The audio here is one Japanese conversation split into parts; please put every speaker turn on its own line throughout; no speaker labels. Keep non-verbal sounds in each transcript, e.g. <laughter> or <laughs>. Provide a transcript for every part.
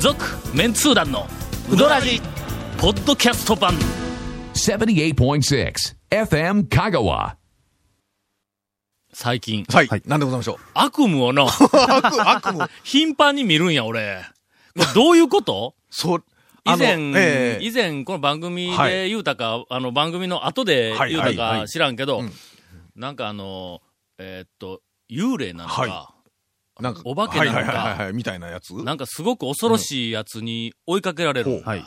続メンツー団のウドラジポッドキャスト版
78.6 FM Kagawa.
最近
はい。なんでございましょう。
悪夢を
<laughs>
の
悪、悪夢。
頻繁に見るんや俺これどういうこと
そう。
以
あの
前、
ええ
以前この番組
は
で
い
言うたか、あの番組の後で
はい
言うた
はい
か
はい
知らんけど、
うん
なんかあの、えーっと、幽霊なのか、
はなんか
お化けなのか
はいはいはいはいはい、みたいなやつ
なんかすごく恐ろしいやつに追いかけられるんだ
ほう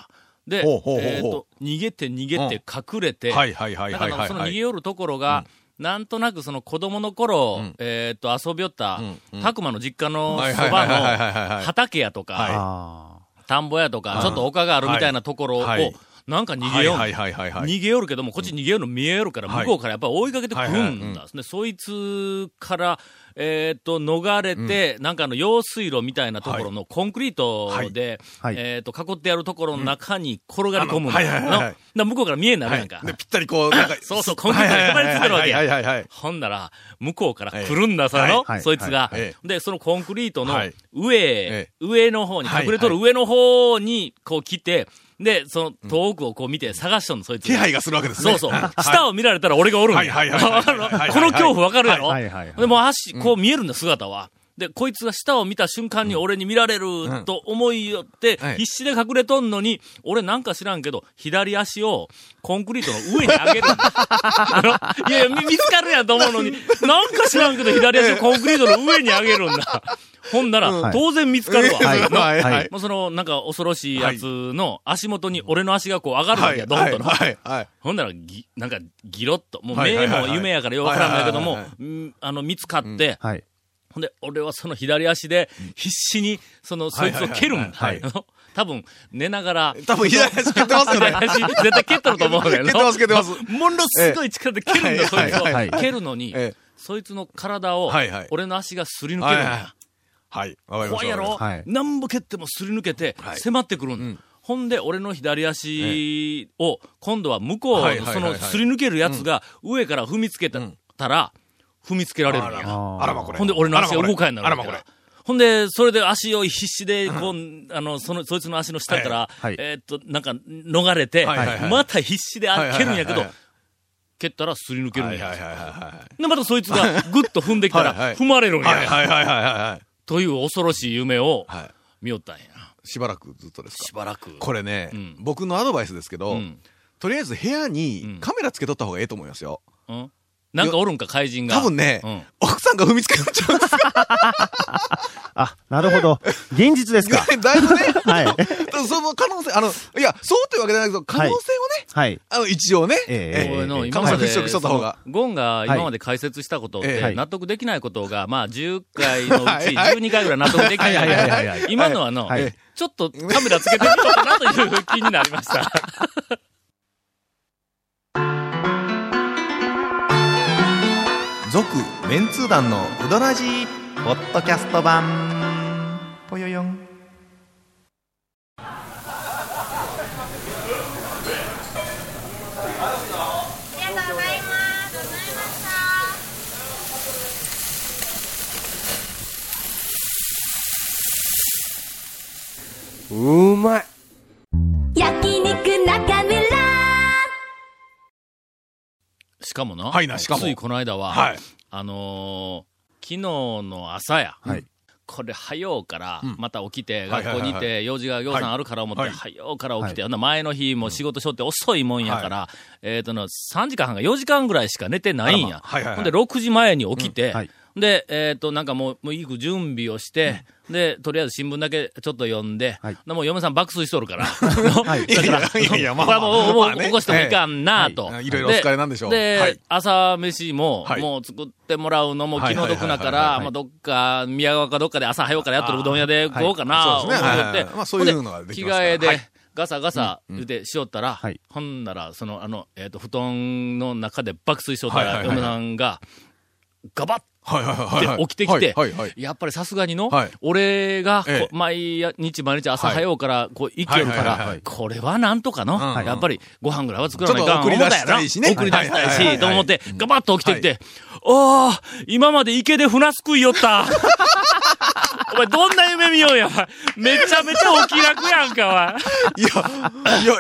で、
ほうほうほうほう
えーっと、逃げて逃げて隠れて、
はいはいはい
だ
は
か
い
ら
はい
その
は
逃げ
い。
寄るところが、なんとなくその子供の頃、
ん
えーっと、遊びよった
うん、うん
たくまの実家の
はい
そ
はいは
ば
いはいはいはいは
の
い
畑やとか、
はい
田んぼやとか、ちょっと丘があるみたいなところを、
はいはい
なんか逃
は
げ
い
よう、
はいはいはいはい。
逃げよるけども、こっち逃げよるの見えよるから、
はい
向こうからやっぱり追いかけてくるんだ、
はいはい
でそいつから、えーっと、逃れて、なんかあの、用水路みたいなところのコンクリートで、
はいはい
えーっと、囲ってやるところの中に転がり込むんだ。
はいはいはいはい
なな向こうから見えになる
は
やん
い
か。、
で、ぴったりこう、なんか
そうそうコンクリートにへばりついてるわけや
はいはいはいはいはい。
ほんなら、向こうから来るんだ、その、
はいはい
そいつが、
はい
で、そのコンクリートの
はい
上、
え
上の方に、
はい
隠れとる上の方に、こう来て、で、その遠くをこう見て探しとんの、そいつ
気
が。
配がするわけですね。
そうそう。
はい
下を見られたら俺がおるんや。
はいはいはいはいはいはいはいはい
この恐怖わかるやろ
はいはいはい
でも足、こう見えるんだ、姿は。で、こいつが下を見た瞬間に俺に見られると思いよって
は、い
必死で隠れとんのに、俺なんか知らんけど、左足をコンクリートの上に上げるんだ。あのいやいや、み見つかるやんと思うのに、なんか知らんけど左足をコンクリートの上に上げるんだ。ほんなら、
ん
当然見つかるわ。
はい
の
はいは
はいい。
もうその、なんか恐ろしいやつの足元に俺の足がこう上がるわけや、どん
はい
とな。
はいはい。
ほんならぎ、なんか、ギロッと、もう
はいは
目
いはいはい
も夢やからよくわからんだけども
はいはいは、
うんあの、見つかって、
はい。
ほんで、俺はその左足で、必死に、その、そいつを蹴るんだ
はいはいはいは。
多分、寝ながら、
多分、左足蹴ってますよね
左。足、絶対蹴っとると思うんだけ
<laughs>
ど、
蹴ってます蹴ってます。
<laughs> ものすごい力で蹴るんだ、
ええ
そいつ
はい
はいは
を。
い
蹴るのに
ええ、
そいつの体を
はいはい、
俺の足がすり抜けるん
はいはい
だ。
はい。わかりま
怖い
した。
やろ、
はい
なんぼ蹴ってもすり抜けて、
はい
迫ってくるん、
ん
ほんで、俺の左足を、今度は向こう
はい
の、
はいはい
その、すり抜けるやつが、上から踏みつけた,、
うん
ら、踏みつけられるん
あら
や。
まあらまこれ。
ほんで、俺の足が動かへんようになる
あら
わ
ま
け
こ
だ
れ。
ほんで、それで足を必死で、こう、あの、その、そいつの足の下から、
はいはい
えーっと、なんか、逃れて、
はいはいはい
また必死で
はいはい
あ
はい
蹴るんやけど
はい、
蹴ったらすり抜ける
は
ん
い
や。
はいはいは
で、またそいつがぐっと踏んできた
はいは
ら、
い
踏まれるん
い。はい
や。
はいはいはいは
という恐ろしい夢を
い。はい。
見よったんや。
しばらくずっとですか
しばらく。
これね、
うん
僕のアドバイスですけ
う
ど、
ん
とりあえず部屋に
ん
カメラつけとった方がええと思いますよ。
うんなんかおるんか、怪人が。
多分ね、
うん
奥さんが踏みつけられちゃうんですよ
あ、なるほど。現実ですか。
ねだいぶね。
はい。
その可能性、あの、いや、そうというわけじゃないけど、可能性をね、
はい。
あの、一応ね、
ええ
俺の
ええ
今ま
カメラ
で、
払拭しとった方が
そのゴンが今まで解説したことっ
はい
え
て、
え
納得できないことが、まあ、10回のう
は
ち
いはい
12回ぐらい納得できない
はいはいはいはい
ので、今のはの
はい、
ちょっとカメラつけてみようかなという気になりました。
続メンツー団のウドラジポッドキャスト版ぽよよん
ありがとうございます。ございました。
うまい
焼肉中村
しかもな、
はいなしかも
ついこの間は
はい、
あのー、昨日の朝や、
はい
これ、早うから、また起きて、
はい
学校にい
はいはい
て、用事が行さんあるから思って、
はい
早うから起きて、ほんなら前の日も仕事しょって遅いもんやから、えっとな、3時間半か4時間ぐらいしか寝てないんや。
あらまはいはいはい
ほんで、6時前に起きて
んはい、
で、えっと、なんかもう、もう行く準備をして、で、とりあえず新聞だけちょっと読んで、
はい
でもう嫁さん爆睡しとるから、
<laughs>
<laughs>
い
だから
いやいやいやまあまあ
これはもうもう
まあね
起こしてもいかんなと。
はいいろいろお疲れなんでしょう
で、
はい
朝飯も、
はい
もう作ってもらうのも気の毒なか
はいはいはいはい
ら、
はい
まあどっか、宮川かどっかで朝早うからやってるうどん屋で食おうかな、
はい
思
そう
っ
ですねはい
て
はい。まあそういうのができますか
ほん
ら
で着替え
は
で
い、
ガサガサ言うてしよったら
はい、
ほんなら、その、あの、えっと、布団の中で爆睡しよった
はい
ら、
はいはい
嫁さんが、ガバッ
はいはいはい
って
はい。
起きてきて
はいはいはい、
やっぱりさすがにの
はい、
俺がこう
ええ
毎日毎日朝早うからこう生きよるか
はいはいはいは
ら
い、
これはなんとかの、
うんうん
やっぱりご飯ぐらいは作らない
ちょ
か
っ
ん
と送り出したい
思うた
しね
やな送り出したい
はいはいはいは
し、
い
と思って、ガバッと起きてきて、おー、今まで池で船すくいよった。 <laughs> お前どんな夢見ようや、お前。めちゃめちゃお気楽やんか、お前。
いや、いや、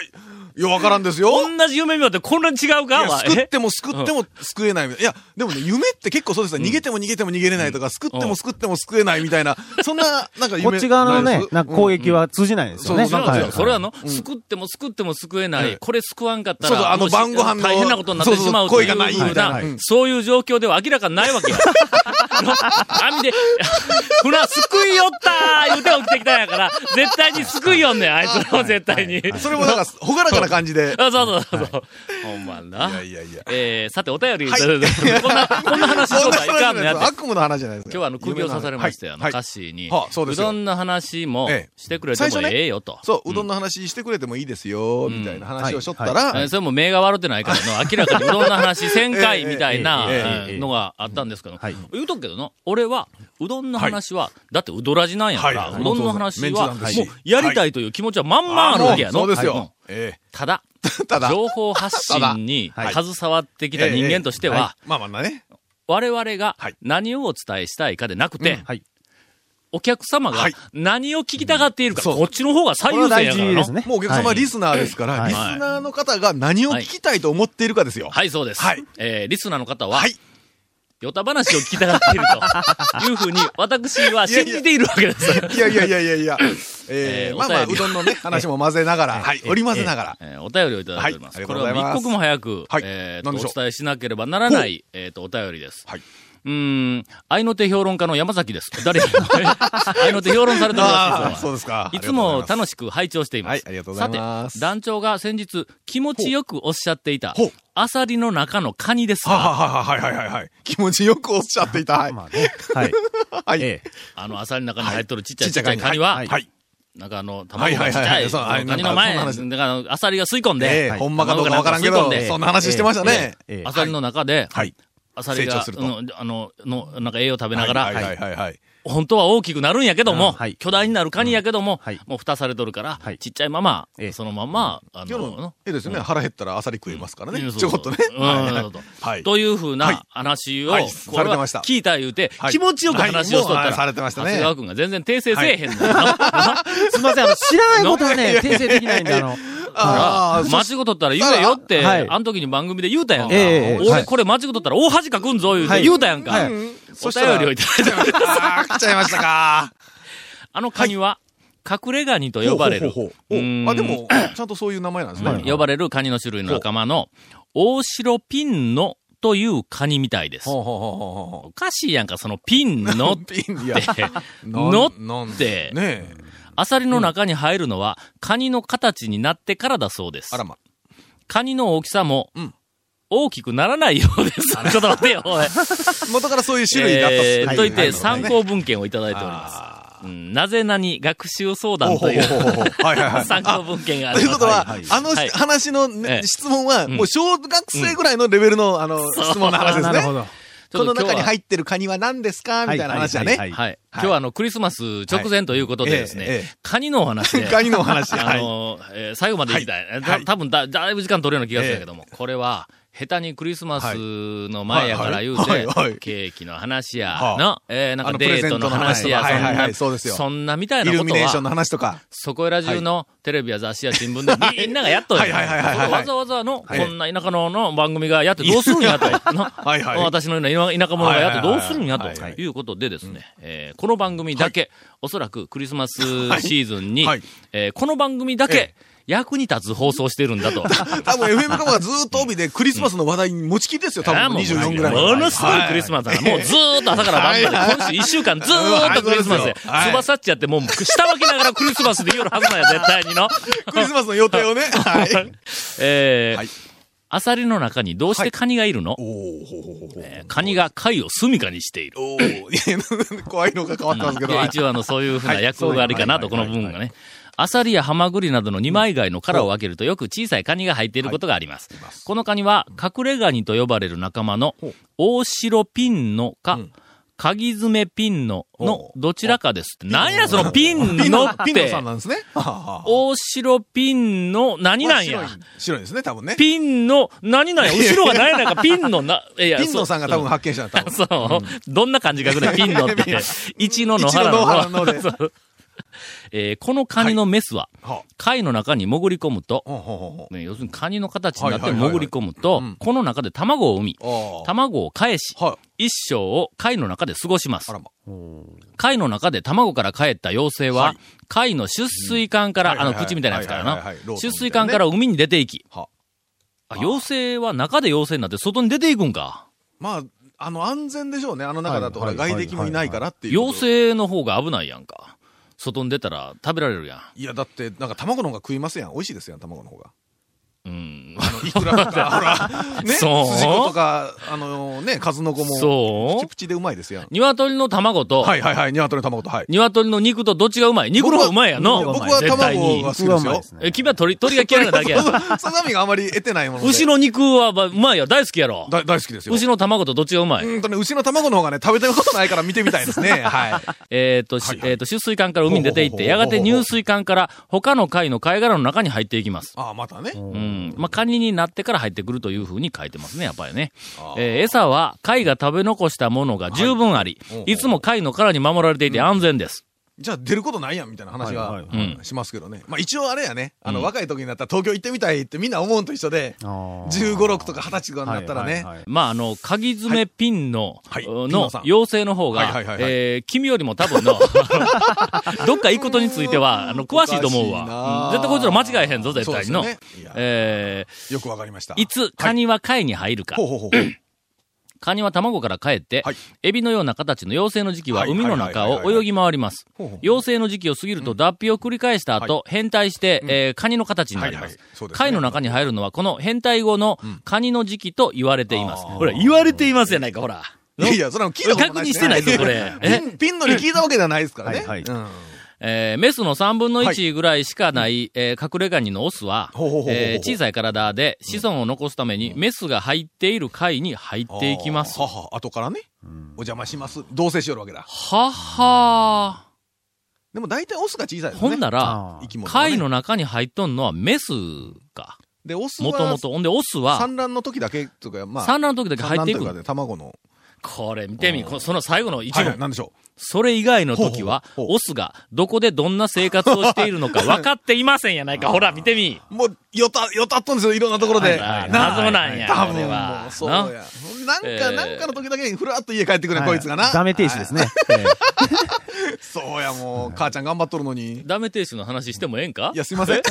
いや、わからんで
<laughs>
すよ。
同じ夢見ようってこんなに違うか、お
いや救
前
っ。ても救っても救えないみたいな。いや、でもね、夢って結構そうですよ。逃げても逃げても逃げれないとか、救っても救っても救えないみたいな、そんな、なんか夢
こっち側の
ない
ね
です、
なんか攻撃は通じないですよね。
そう
そ
そうう
なんです
は
よ。
い
それはあの、
うん
救っても救っても救えな
え
い。
え
これ救わんかった
そうそう
ら、
あの
もうし
晩ご飯の
大変なことになってしまうと
そうそう
いう
声がない
ふうな
はいはい、
そういう状況では明らかにないわけ <laughs> や。あの網で、 <laughs> ほら、救いよったー言うて起きてきたんやから、絶対に救いよんねん、あいつらも絶対に。
それもなんか、ほがらかな感じで。
あそうそうそうそう。ほんまな。
いやいや
<laughs>
いや。
えー、さて、お便りいただいてます、
<laughs>
こんな、こんな話し
そ
と
ん
っ
な
たらいか
話
ん
じ
の
ゃ
や
ない
って
です。悪夢の話じゃないです
今日はあの、首を刺されましたよ。あの
夢の
歌
話
詞に、
はいはあそうですよ
どんの話も
ええ
してくれてもええよと。
そう、うどんの話してくれてもいいですよ、みたいな話をしとったら、
えーそれも目が悪ってないからの、明らかにうどんの話1000回みたいな
<laughs> えええええええ
えーのがあったんですけど
はい、
言うとくけどな、俺は、うどんの話は、だってうどらじなんやから、
はいはいう
どんの話は、も
メンツなん
う
だし
やりたいという気持ちはまんまあるわけやの。
そうです
うん
よ。え
ただ、
え。 <laughs> ただ、
情報発信に
ただ
携わってきた人間としては、
まあまあね。
我々が
はい
何をお伝えしたいかでなくて、
んはい
お客様が
はい
何を聞きたがっているか、
そう
こっちの方が最
これは
優先
大
やか
事
ら
です
の。
ね。
もうお客様はリスナーですから、
はい
リスナーの方が何を聞きたいと思っているかですよ。
はい、そうです。
はい
えーリスナーの方は、
はい。
ヨタ話を聞きたがっている
<laughs>
というふうに、私は信じているわけです。
いやいやいやいやいや。え
えー
ー、まあまあ、
お便り
うどんのね、話も混ぜながら、 <laughs> はい、織り混ぜながら。
えーお便りをいただいております。
はいあ
こ
りが
れ
とうござ
はい
ます
一刻も早く、
はい
えーと
何でしょう
お伝えしなければならない、えーと、お便りです。
はいう
ーん、愛の手評論家の山崎です。誰
<laughs>
愛の手評論されてるらしい
あ
で
あ、
す
そうですか。
いつも楽
し
しく拝聴しています。
はいありがとうございます
さて、団長が先日気持ちよくおっしゃっていた
ほう、
アサリの中のカニです
はは
が、
はははいはいはいはい。気持ちよくおっしゃっていた。はい。
まあね。はい。
はい。
え
あのアサリの中に入っとるちっちゃ
ち
い
っ
ち
ち
っ
ゃ
ちゃい
い
カ
カ
ニ
ニ
は
は、いはい
なんかあの、卵が
は
ち
い
っち
はい
ゃ
は
い、
いはい
そ
そう
の
あれ
カニの前、だ
なんかそん
からアサリが吸い込ん
え
で、
え、ほんまかどうかわからんけ
卵
ど
なん、か吸い込んで
そんな話してましたね。
ええ
アサリの中で、
はい。
アサリ
成
が
長、する
う
と
ん、あの、の、なんか栄養食べなが
はいは
ら、
いはいはい。
本当は大きくなるんやけど
う
も
んはい、
巨大になるカニやけども
はい、
もう蓋されとるから
は、い
ちっちゃいまま
ええ、
そのまま、あ
今日
の
の、、ええですよね。腹減ったらアサリ食えますから
うん
ね。
そう
ち
そ
ょ
う
こっとね。
うん
はい
なるほど
はい。
というふう
はい
な話を、
はい
これ
されて
は
ました
聞いた言うて、
はい
気持ちよく話をしとった
はい
ら、
もうされてましたね
長谷川君が全然訂正せえへんのよな。
すみません、あの、知らないこ
<laughs>
とはね、訂正できないんで、あの、
ああ、
間違うとったら言えよって、
はい
あの時に番組で言うたやんか。
ええええは
俺
い
これ間違うとったら大恥かくんぞ言うて、
はい
言うたやんか。
はい
お便りをいただいてます
ああ、来ちゃいましたか。
あのカニは、隠れガニ <laughs> と呼ばれる、
ほうほう
う
ほうほう
ーん
あ、でも、ちゃんとそういう名前なんですね。
呼ばれるカニの種類の仲間の、大白ピンノというカニみたいです。
ほうほうほうほうほう
おかしいやんか、そのピンノっ
ピンいや
て。
<laughs> なん
のっ
なん
て
ねえ。
アサリの中に入るのは、カニの形になってからだそうです
あ。らま。
カニの大きさも
うん、
大きくならないようです。 <laughs> ちょっと待ってよ、おい。
元からそういう種類があった
えーといて、参
を
考文献をいただいております。うんなぜなに学習相談という
ほうほうほうほうはいはいはい
参考文献があ
と
り
いう
ます。
こ <laughs> とは、
はい
あの、
はい
話の
え
ね、
え
質問は、
ん
もう小学生ぐらいのレベルの、あの、
そう
質問の話ですね。
ど。
ちょ
こ
っ
の
と今
中
日
に
は
入ってるカニは何ですかみたいな話だね。
はいはい
はい。今日はあの、クリスマス直前ということでです
はいえええ
ね
え、
カニのお話で、
<laughs> カニのお話。
あ
はい。
の、えー最後まで行きたい。えー
は
た
い
多分だ、だいぶ時間取れるような気がするんやけども、これは、下手にクリスマスの前やから言う
はいは
て
いはいはい、
ケーキの話や
は、あ
の、えーなん
あ
か
のプレ
デ
ゼ
ート
ント
の
の
話や、
話はいはいはい
そ
そ
ん
う
な、
ですよ
そんなみたい
イ
な
ル
こと
ミネー
は
ション、の話とか。
そこいら中のテレビや雑誌や新聞で
<laughs>
みんながやっとる。
はいはいはいはいはい
わざわざの、こんな田舎のの番組がやってどうするんやと。な
<laughs> はいはい
私のような田舎者がやってどうするんやと
はいはいはい
いうことでですね、えーこの番組だけ、おそらくクリスマスシーズンに、
はい
えーこの番組だけ役に立つ放送してるんだと。
多分 FM カモがずーっと帯でクリスマスの話題に持ちきりですよ、 <laughs> 多
あー
分
もう
24ぐらい
ものすごいクリスマスだな。もうずーっと朝から晩まで、今週1週間ずーっとクリスマスで。
はいはい
翼っちやってもう下巻きながらクリスマスで言うはずなんや、絶対にの。
ス。クリスマスの予定をね。はい。
えー
はい
アサリの中にどうしてカニがいるの、
おーほうほうほうほう
えーカニが貝を住みかにしている。
おーいや怖いのが変わってますけ
い
ど。
や一応あの、そういうふうな役割かなと、この部分がね。アサリやハマグリなどの二枚貝の殻を開けるとよく小さいカニが入っていることがあります。このカニは隠れガニと呼ばれる仲間の大白ピンのか、鍵爪ピンノの
お
どちらかですって。何やそのピン
ピ
ノ
ノ
っ、
ピノ
て
さん。なんですね。はあはあ
大城ピンノ、何なんや
まあ。白い白いですね、多分ね。
ピンの、何なんや、後ろが何やなんか、ピンのな、いや
<laughs> ピンノさんが多分
そう
発見したの多分。
そう、 <laughs> どんな感じがぐらい、ピンのって言って一の野原
一の野原
の
の
<laughs>
で
そうえーこのカニのメスは、
は
貝の中に潜り込むと
あ、ほうほうほう
ね要するにカニの形になって
はいはいはいはい
潜り込むと
うん、
この中で卵を産み、
ほう。あ
卵を返し
あ。、はい。
一生を貝の中で過ごします
あら。ま。
貝の中で卵から帰った妖精は、
はい
貝の出水管か
う
ら、
ん
あの、
はいはいはい
口みたいなやつから
はいはいは
ない
ローソンみたいな、ね
出水管から海に出ていき、
は
あ妖精は中で妖精になって外に出ていくんか。
まあ、あの、安全でしょうね。あの中だと、ほら、
はいはい
外敵もいないからっていう。精。
妖精の方が危ないやんか。外に出たら食べられるや
いや、だって、なんか卵の方が食いますやん。美味しいですやん、卵の方が。
ん。うん。
あの、いくらとか、ほら、ね、
そう
筋子とか、あのね、数の子も、
そう
プチプチでうまいですやん。
鶏の卵と、
はいはいはい、鶏の卵と、はい。
鶏の肉とどっちがうまい肉の方がうまいやんの。
僕は
絶対
卵
に
が好。き
僕
で
はう
す
まい
よ
で。す
え、
ね。
君は鳥、鳥が嫌いなだけやん。
<laughs> さざみがあまり得てないもので。
牛の肉はばうまいやん。大好きやろ。
だ大好きですよ。
牛の卵とどっちがうまい
うんとね、牛の卵の方がね、食べてることないから見てみた
<laughs>
いですね。はい。
えっ、と、
はい
し
はい
えっ、と、出水管から海に出ていっ
ほうほ
て、
うほ
や
うほう
がて入水管から他の貝の貝殻の中に入っていきます。
ああ、またね。
うん。まあ、カニになってから入ってくるというふうに書いてますね、やっぱりね。えー餌は貝が食べ残したものが十分あり、
はいおうおう
い、つも貝の殻に守られていて安全です。
じゃあ出ることないやんみたいな話が、
はいはい
はいうん
しますけどね。まあ一応あれやね、あ
う
の
ん
若い時になったら東京行ってみたいってみんな思うんと一緒で、15、6とか20歳とかになったらね、
まあ、あの、鍵爪ピンの、
はいはいピン
の
のさん
妖精の方が、
はいはいはいはい
えー君よりも多分の、 <laughs> あのどっか行くことについては、あの、詳しいと思う
おかしいな
わ。うん絶対こいつら間違えへんぞ、絶対の。
そうですよねいや
え
よくわかりました。
ーいつカ
はい
ニは貝に入るか。
ほうほうほうほう。
カニは卵から帰って、
はい
エビのような形の妖精の時期は
はい
海の中
はいはいはい
を
はい
泳ぎ回ります
ほうほう。
妖精の時期を過ぎると脱皮を繰り返した後、変態して、えーカニの形になりま
はいは
す
いそう。ですね
貝の中に入るのはこの変態後のカニの時期と言われています。
あー
ほら、言われていますやないか、ほら。
いやいや、それは聞いたことない、
確認してないぞこれえ
ピンピンのに聞いたわけではないですからね。
はいはい
うん
えーメスの3分の1ぐらいしかない、えー隠れガニのオスは、
ほうほうほうほう
えー小さい体で子孫を残すために、メスが入っている貝に入っていきます。
はは、後からね、お邪魔します。同棲しよるわけだ。
はっは
でも大体オスが小さ
ー。
いですね。
ほんなら、
あ
生き物はね、
貝の中に入っとんのはメスか。
で、オスは
もともと。ほんで、オスは、
産卵の時だけとか、まあ、
産卵の時だけ入ってい
産卵とい
く。
うかで卵の。
これ、見てみ、こその最後の一
はい
文。
はい、なんでしょ
それ以外の時は、
ほうほうほう
オスがどこでどんな生活をしているのか分かっていませんやないか。ほら、見てみ。
う。もう、よた、よたっとんですよ、いろんなところで。
はいはい
な
謎なんや、
多
こ
分
れ
も
は
う、。そう
な
や。なんか、
えー
なんかの時だけにふらっと家帰ってくるね、
は
こいつがな。
ダメ停止ですね。ええ
そうや、もう、母ちゃん頑張っとるのに。
<laughs> ダメ亭主の話してもええんか
いや、すいません。い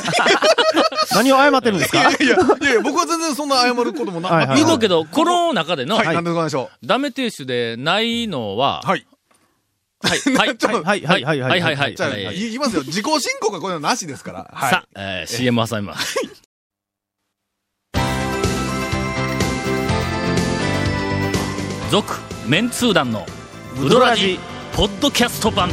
何を謝ってるんです
や
か
<laughs> いや、いやいや、僕は全然そんな謝ることもな。
はいいはい
言うとくけど、この中での、
はい、なんでございましょ
ダメ亭主でないのは、
う。はい。
はい、
<laughs>
はい、
ちょっと
はいはいはい
はい、はい、はい。
じゃあ、
えー
いいきますよ。自己申告はこういうのなしですから。はい。
さあ、えー、CM 挟みます。続、メンツー団の、ウドラジ、ポッドキャスト版。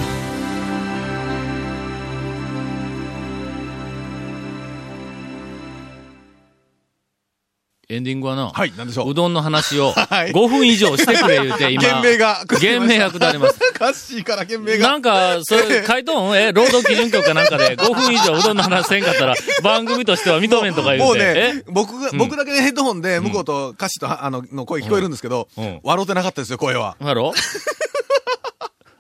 エンディングはな、
はい、なんでしょ
う
う。
どんの話を
<laughs> はい
5分以上してくれ言うて、
<laughs>
今。
言名が、
言名が下ります。
カッシーから言名
な
が。
んか、そういう、回答音え、 <laughs> 労働基準局かなんかで5分以上うどんの話せんかったら、番組としては認めんとか言
も
う
うね
て。、
僕が、
ん
僕だけでヘッドホンで、向こうと歌詞と、あの、の声聞こえるんですけど
うんうん、
笑うてなかったですよ、声は。
えやろ
<laughs>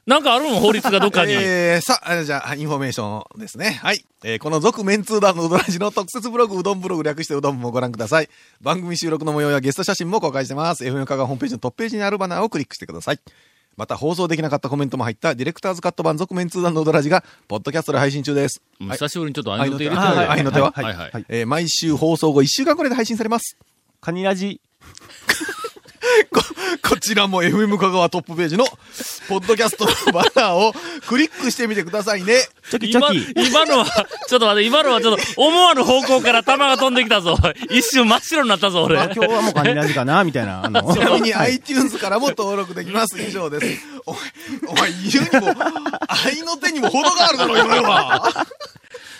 なんかあるの法律がどっかに。
えー、さあ、じゃあ、インフォメーションですね。はい。えー、この続メンツー団のうどらじの特設ブログ、うどんブログ略してうどんもご覧ください。番組収録の模様やゲスト写真も公開してます。FM カがホームページのトップページにあるバナーをクリックしてください。また、放送できなかったコメントも入った、ディレクターズカット版続メンツー団のうどらじが、ポッドキャストで配信中です。
もう
はい
久しぶりにちょっと愛の手入れて
はい愛の手は
はいはいはい。
えー毎週放送後1週間くらいで配信されます。
カニラジ。
こ、こちらも FM 香川トップページの、ポッドキャストの <laughs> バナーをクリックしてみてくださいね。
チョキチョ
今、
キ。
今のは、ちょっと待って、今のはちょっと、思わぬ方向から弾が飛んできたぞ。 <laughs> 一瞬真っ白になったぞ、俺。
まあ今日はもうカニラジかな、みたいな。あの、
ちなみに iTunes からも登録できます。以上です。お前、お前、言うにも、愛の手にも程があるだろ、今のは。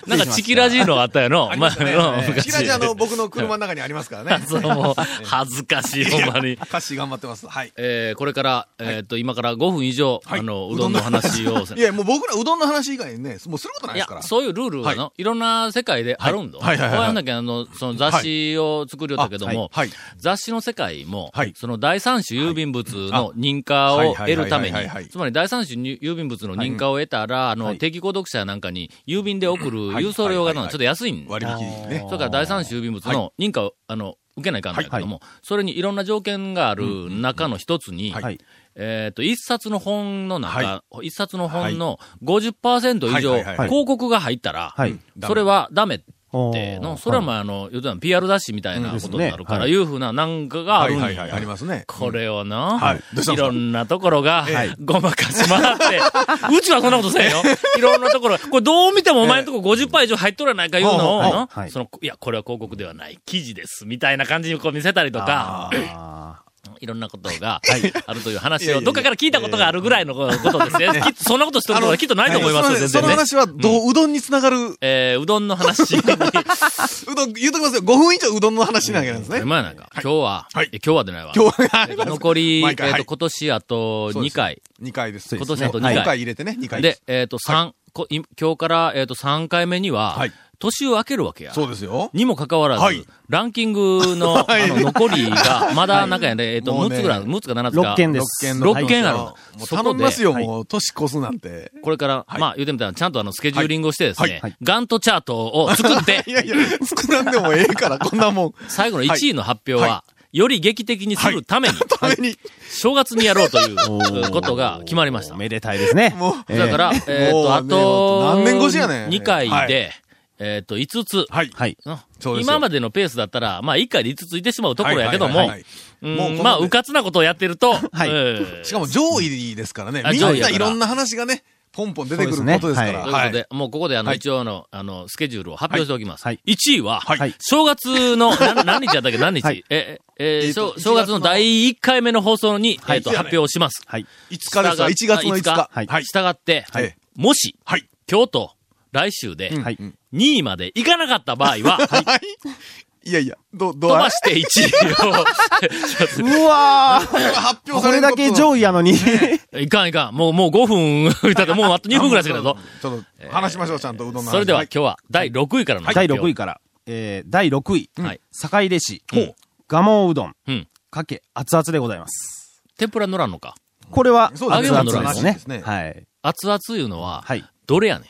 なんかチキラジーのあったやろ
ありま
前
したね
の
ええ
昔。
チキラジあの、僕の車の中にありますからね。
そう、もう、恥ずかしい、ほんま
<laughs>
に。
歌詞頑張ってます。はい。
えーこれから、えーっと、今から5分以上、あの、うどんの話を。
いや、もう僕らうどんの話以外にね、もうすることな
い
いです
や
から。、
そういうルールはの、い、ろんな世界であるんだ。
はいはいはいはい
こうやんなきゃ、あの、その雑誌を作るよったけども、
はいはい
雑誌の世界も、
はい
その第三種郵便物の認可
はい
を
あ
得るために
はいはいはいはいはい、
つまり第三種に郵便物の認可を得たら、あの、定期購読者なんかに郵便で送る
はい
郵送料がな
はいはいはい
ちょっと安いんだ
割引ね
そ。れから第三種郵便物の認可を、あの、受けないかんだけども、それにいろんな条件がある中の一つに、
はい。
えっ、と、一冊の本の中、一冊の本の
は
50%以
い
上、
はいはいはい
広告が入ったら、
はい。
それはダメって
お
の、
ー
それはまあ、あの、要は PR 雑誌みたいなことになるから、
うんですねはい
いうふうななんかがあ
は
る
い
ん
はいはい。あり
や。
ますね。
これをな、
はいいどうしたんですか
ろんなところが
ええ、
ごまかし回って、うちはそんなことせんよ。いろんなところ、これどう見てもお前のとこ50%以上入っとるやないかいうのを
はい
な
はい
その、いや、これは広告ではない、記事です、みたいな感じにこう見せたりとか、
あ
いろんなこと
<laughs>
があるという話を、
いやいやいや
どっかから聞いたことがあるぐらいのことですね。きっとそんなことしてることはきっとないと思いますよ、
は
全
そ
然
の
ね。
話は、どう、うどんにつながる、う
えー、うどんの
<laughs>
話に。
どん、言うときますよ。5分以上うどんの話なわけなんですね。
今やなんか、今日は、
はい
え今日はでないわ。
今日はあります、
残り、えっ、
毎回は
と、
い
今年あと2回。
2回です。
今年あと
は
二回
い今回入れてね、2
で
回です。
えっ、と、三、こい今日から、えっ、と、3回目には、
はい
年を明けるわけや。
そうですよ。
にもかかわらず、
はい
ランキング
<laughs>
の、
はい
あの、残りが、まだ、なんかやね、えっ、と、
もう
6
ね
つぐらい、6つか7つか。
6件です
6件
六件あるの
も
そこ
う
で
頼みますよ、
はい
もう、年越すなんて。
これから、
はい
まあ言うてみたら、ちゃんとあのスケジューリングをしてですね、
はい
はい
ガントチャートを作って
<laughs> い、やいや、少なんでもええから、こんなもん。
最後の1位の発表は、
は
より劇的にするために、
ために、
正月にやろうという
ー
ことが決まりました
お。めでたいですね。
もう、
えー
だから、えっ、
もうね
と、あと、
何年越しやねん
2回で、
はい
えっ、と、5つ。
はい。
はい。
の
そうですよ
今までのペースだったら、まあ1回で5ついてしまうところやけど
は
も
いはいはい、
う
もうこ
ん
の
まあ、うかつなことをやってると、
い
えー
しかも上位ですからね
あ。
みんな
上位だから
いろんな話がね、ポンポン出てくること
そう
で
ですす
か
ね
とい
ら。
うこと
はい
で、もうここであの、
はい
一応の、あの、スケジュールを発表しておきます。
はい
1位は、
はい
正月の、 <laughs> な何日やったっけ何日、
はい
え、え、え
え
ー
っと
正正月の第1回目の放送に、
はい
えっと、発表します。
はい。
5日ですわ、1月の5日。
はい
はい。
したがって、
はい
えもし、
はい
今日と来週で、
はい。
2位まで行かなかった場合は、
いやいや、ど、どう
飛
あ
ば
れ
して1位を。
うわー
発表
<laughs> こ
され
れ
るこ
だ
と
け上位やのに。
<laughs> いかんいかん。もう、もう5分、だってもうあと2分くらいしかないぞ。
ちょっと話しましょう、ちゃんとうどんの話。
それでは今
い
日は第6位からの発
第
表。
6位から。えー、第6位。
はい
坂出市。
うん
ガモうどん。
うん
かけ、熱々でございます。
天ぷら乗らんのか。
これは、熱
そうです
ね
々です
そうで
ね
すね。
はい。
熱々いうのは、
はい。
どれやねん。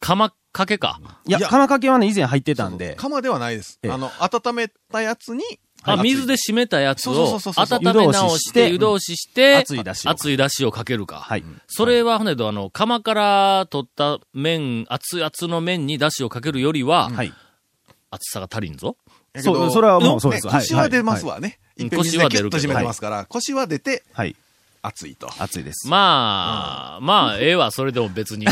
釜かけか。
いや、
いや
釜かけはね、以前入ってたんで、
釜ではないです。
ええ
あの、温めたやつに、
あ、
熱い
水で締めたやつ
そうそ
を
うそうそうそう
温め直して、湯
湯
通
通
しして、
熱い出汁を
熱い出汁をかけるか。
はい。
それは、ほねど、あの、釜から取った麺、熱々の麺に出汁をかけるよりは、
はい。
熱さが足りんぞ。
やけど
そう、それはもうそうです。
ね
はい
腰は出ます。わね。
い
一遍水でキュッと
腰は出るけど
締めてますから、腰は出て、
はいはい。
熱いと。
熱いです。
まあ、まあ、ええわ、それでも別
<laughs>
に。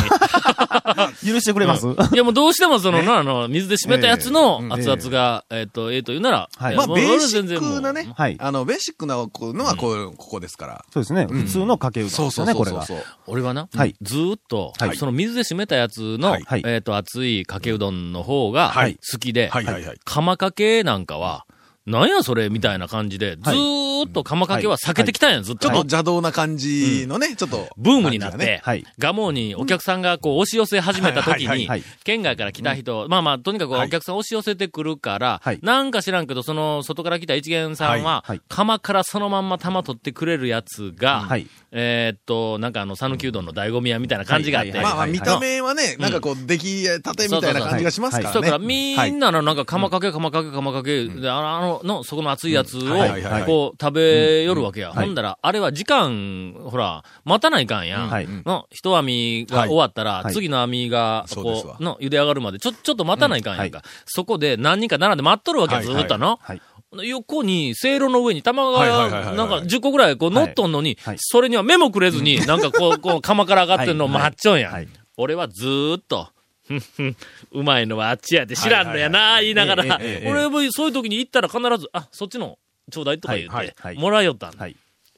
許してくれます
いや、もうどうしてもその、な、あの、水で締めたやつの
ええ
熱々が、えっと、ええと言うなら、
はい
い
ま
や
あ、
もう
ベー
俺
シ
全然
ッ
もう
クなね、
はい
あの、ベーシックなこうのはこう、ここですから。
そうですね。普通のかけうどん
そう
です
そ
よ
う
ね、
そ
こ
う
れ
そう
が。
そう。
俺はな、
はい
ずーっと、
はい
その水で締めたやつの、
はい
はい
えっ、と、熱いかけうどんの方が
はい
好きで、
はいはいはい
釜かけなんかは、なんやそれみたいな感じで、ずーっと釜かけは避けてきたんや、ずっ
ち
と。
ょっと邪道な感じのね、ちょっと。
ブームになっ
感じ
て
がね、
はい
ガモにお客さんがこう押し寄せ始めた時
はい
に
はいはい、
県外から来た人、まあまあ、とにかくお客さん押し寄せてくるから、
はい
なんか知らんけど、その外から来た一元さんは
はいはい、
釜からそのまんま玉取ってくれるやつが、
はい
えーっと、なんかあの、讃岐うどんの醍醐味屋みたいな感じがあって、
はいはい
まあまあ、
はい
見た目はね、なんかこう、出来たてみたいな感じがしますから
だ
ね。
からみんな
な、
のなんか釜かけ釜かけ釜かけ、であの、あのの、そこの熱いやつを
はいはいはい、
こう食べよるわけや。
んはい
ほんだら、あれは時間、ほら、待たないかんやん。
はい
の、一網が終わったら、
はい
次の網が、
そうです
こ
わ
う、の、茹で上がるまで、ちょ、ちょっと待たないかんやん
うん
か。そこで何人か並んで待っとるわけや、
はい
ずーっとの。
はい。
横に、せいろの上に玉
はいはいはいはいは
が、
い
なんか10個ぐらいこう乗っとんのに
はいは、い
それには目もくれずに、なんかこう、こう釜から上がってんのを
はいはい
待っちょんや
はい。
俺はずーっと、ふんふんうまいのはあっちやで知らんのやな、言いながら、
ええええええ
俺もそういう時に行ったら必ず、あ、そっちのちょうだいとか言
は
っ
い
て
は、い
もらいよったんだ
はい。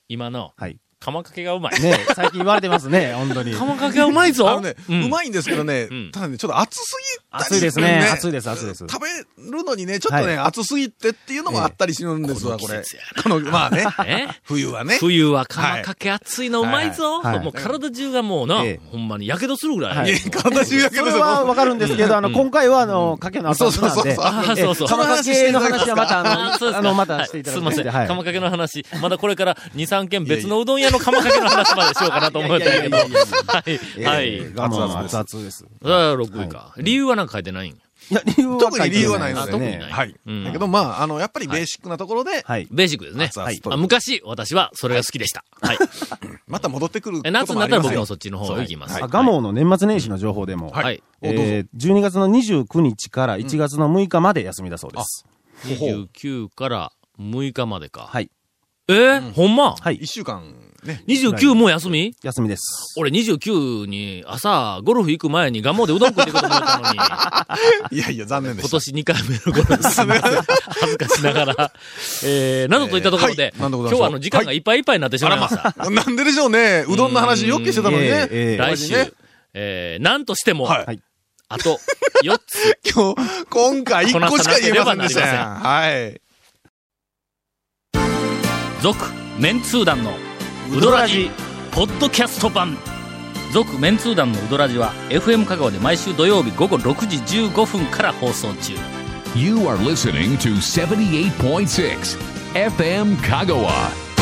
今の
はい。
釜かけがうまい。
ね、最近言われてますね、本当に。
釜かけはうまいぞ。
あのね、
ん
うまいんですけどね
うん、
ただね、ちょっと熱すぎたり
暑いですね。暑いです、暑いです。
食べるのにね、ちょっとね、
は
暑すぎてっていうのもあったりするんですわ、
ええ
これ
この季節や。
この、まあね、
<laughs>
え
冬はね。
冬は釜かけ熱いのうまいぞ。
はいはい
もう体中がもうな、
ええ
ほんまに火傷するぐら。
はいい
も
え
う
悲しいだけで
それ
すよ。
はわかるんですけど、あの、今回は、あの、かけの
そ
朝
うそうそ
なん
う
で
そ、う。
あそうそう。
その話していただきますまた、
あ
あ
そうです
の、
か
あの、またしていただき
は
ま
いす
し
い
て、
ません。
はい。
釜かけの話、まだこれから2、3件別のうどん屋の釜かけの話までしようかなと思ってたけど。はい。はい。
えー我慢は熱々です。
それは6位か。理由はなんか書いてないん
いや、理由は
特に理由はない
あ
ので
特にない。
はい。
うん
だけど、まあ、あの、やっぱりベーシックなところで、
はい。
ベーシックですね。
熱々と
あ昔、私はそれが好きでした。はい。
また戻ってくるこ
え
と
夏に
も
なっ
あり
たら
ま
僕
すよ
も。そっちの方行きます。
あ
はい
蒲生の年末年始の情報でも、
はい。
えー12月の29日から1月の6日まで休みだそうです。
29から6日までか。
はい。
えーほんま
はい
一。週間ね。
?29 もう休み
休みです。
俺29に朝、ゴルフ行く前にガモでうどん食ってこと思った
<laughs>
のに、
いやいや、残念で
今
した。
年2回目のゴルフすみません恥ずかしながら、えー、などといったところで、
えーはいなん
今
でございましょう
日はあの時間がいっぱいいっぱいになってしまいました。
なんででしょうね。うどんの話よっけしてたのにね
えー。えー
来週、
ね
えー、なんとしても、
はい
はい
あと4つ。
今日、今回一個しか言えませんでした
こなさなければなり
やん。はい。
続、メンツー団のウドラジ、ポッドキャスト版。続、メンツー団のウドラジは、FM 香川で毎週土曜日午後6時15分から放送中。
You are listening to 78.6 FM Kagawa.